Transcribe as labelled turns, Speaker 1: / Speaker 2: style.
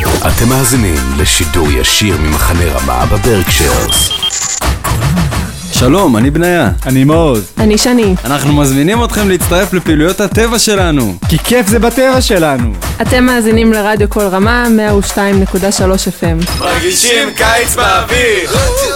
Speaker 1: אתם מאזינים לשידור ישיר ממחנה רמה בברקשיירס.
Speaker 2: שלום, אני בניה.
Speaker 3: אני מעוז,
Speaker 4: אני שני.
Speaker 2: אנחנו מזמינים אתכם להצטרף לפעילויות הטבע שלנו.
Speaker 3: כי כיף זה בטבע שלנו.
Speaker 4: אתם מאזינים לרדיו כל רמה, 102.3 FM.
Speaker 2: מרגישים קיץ באוויר!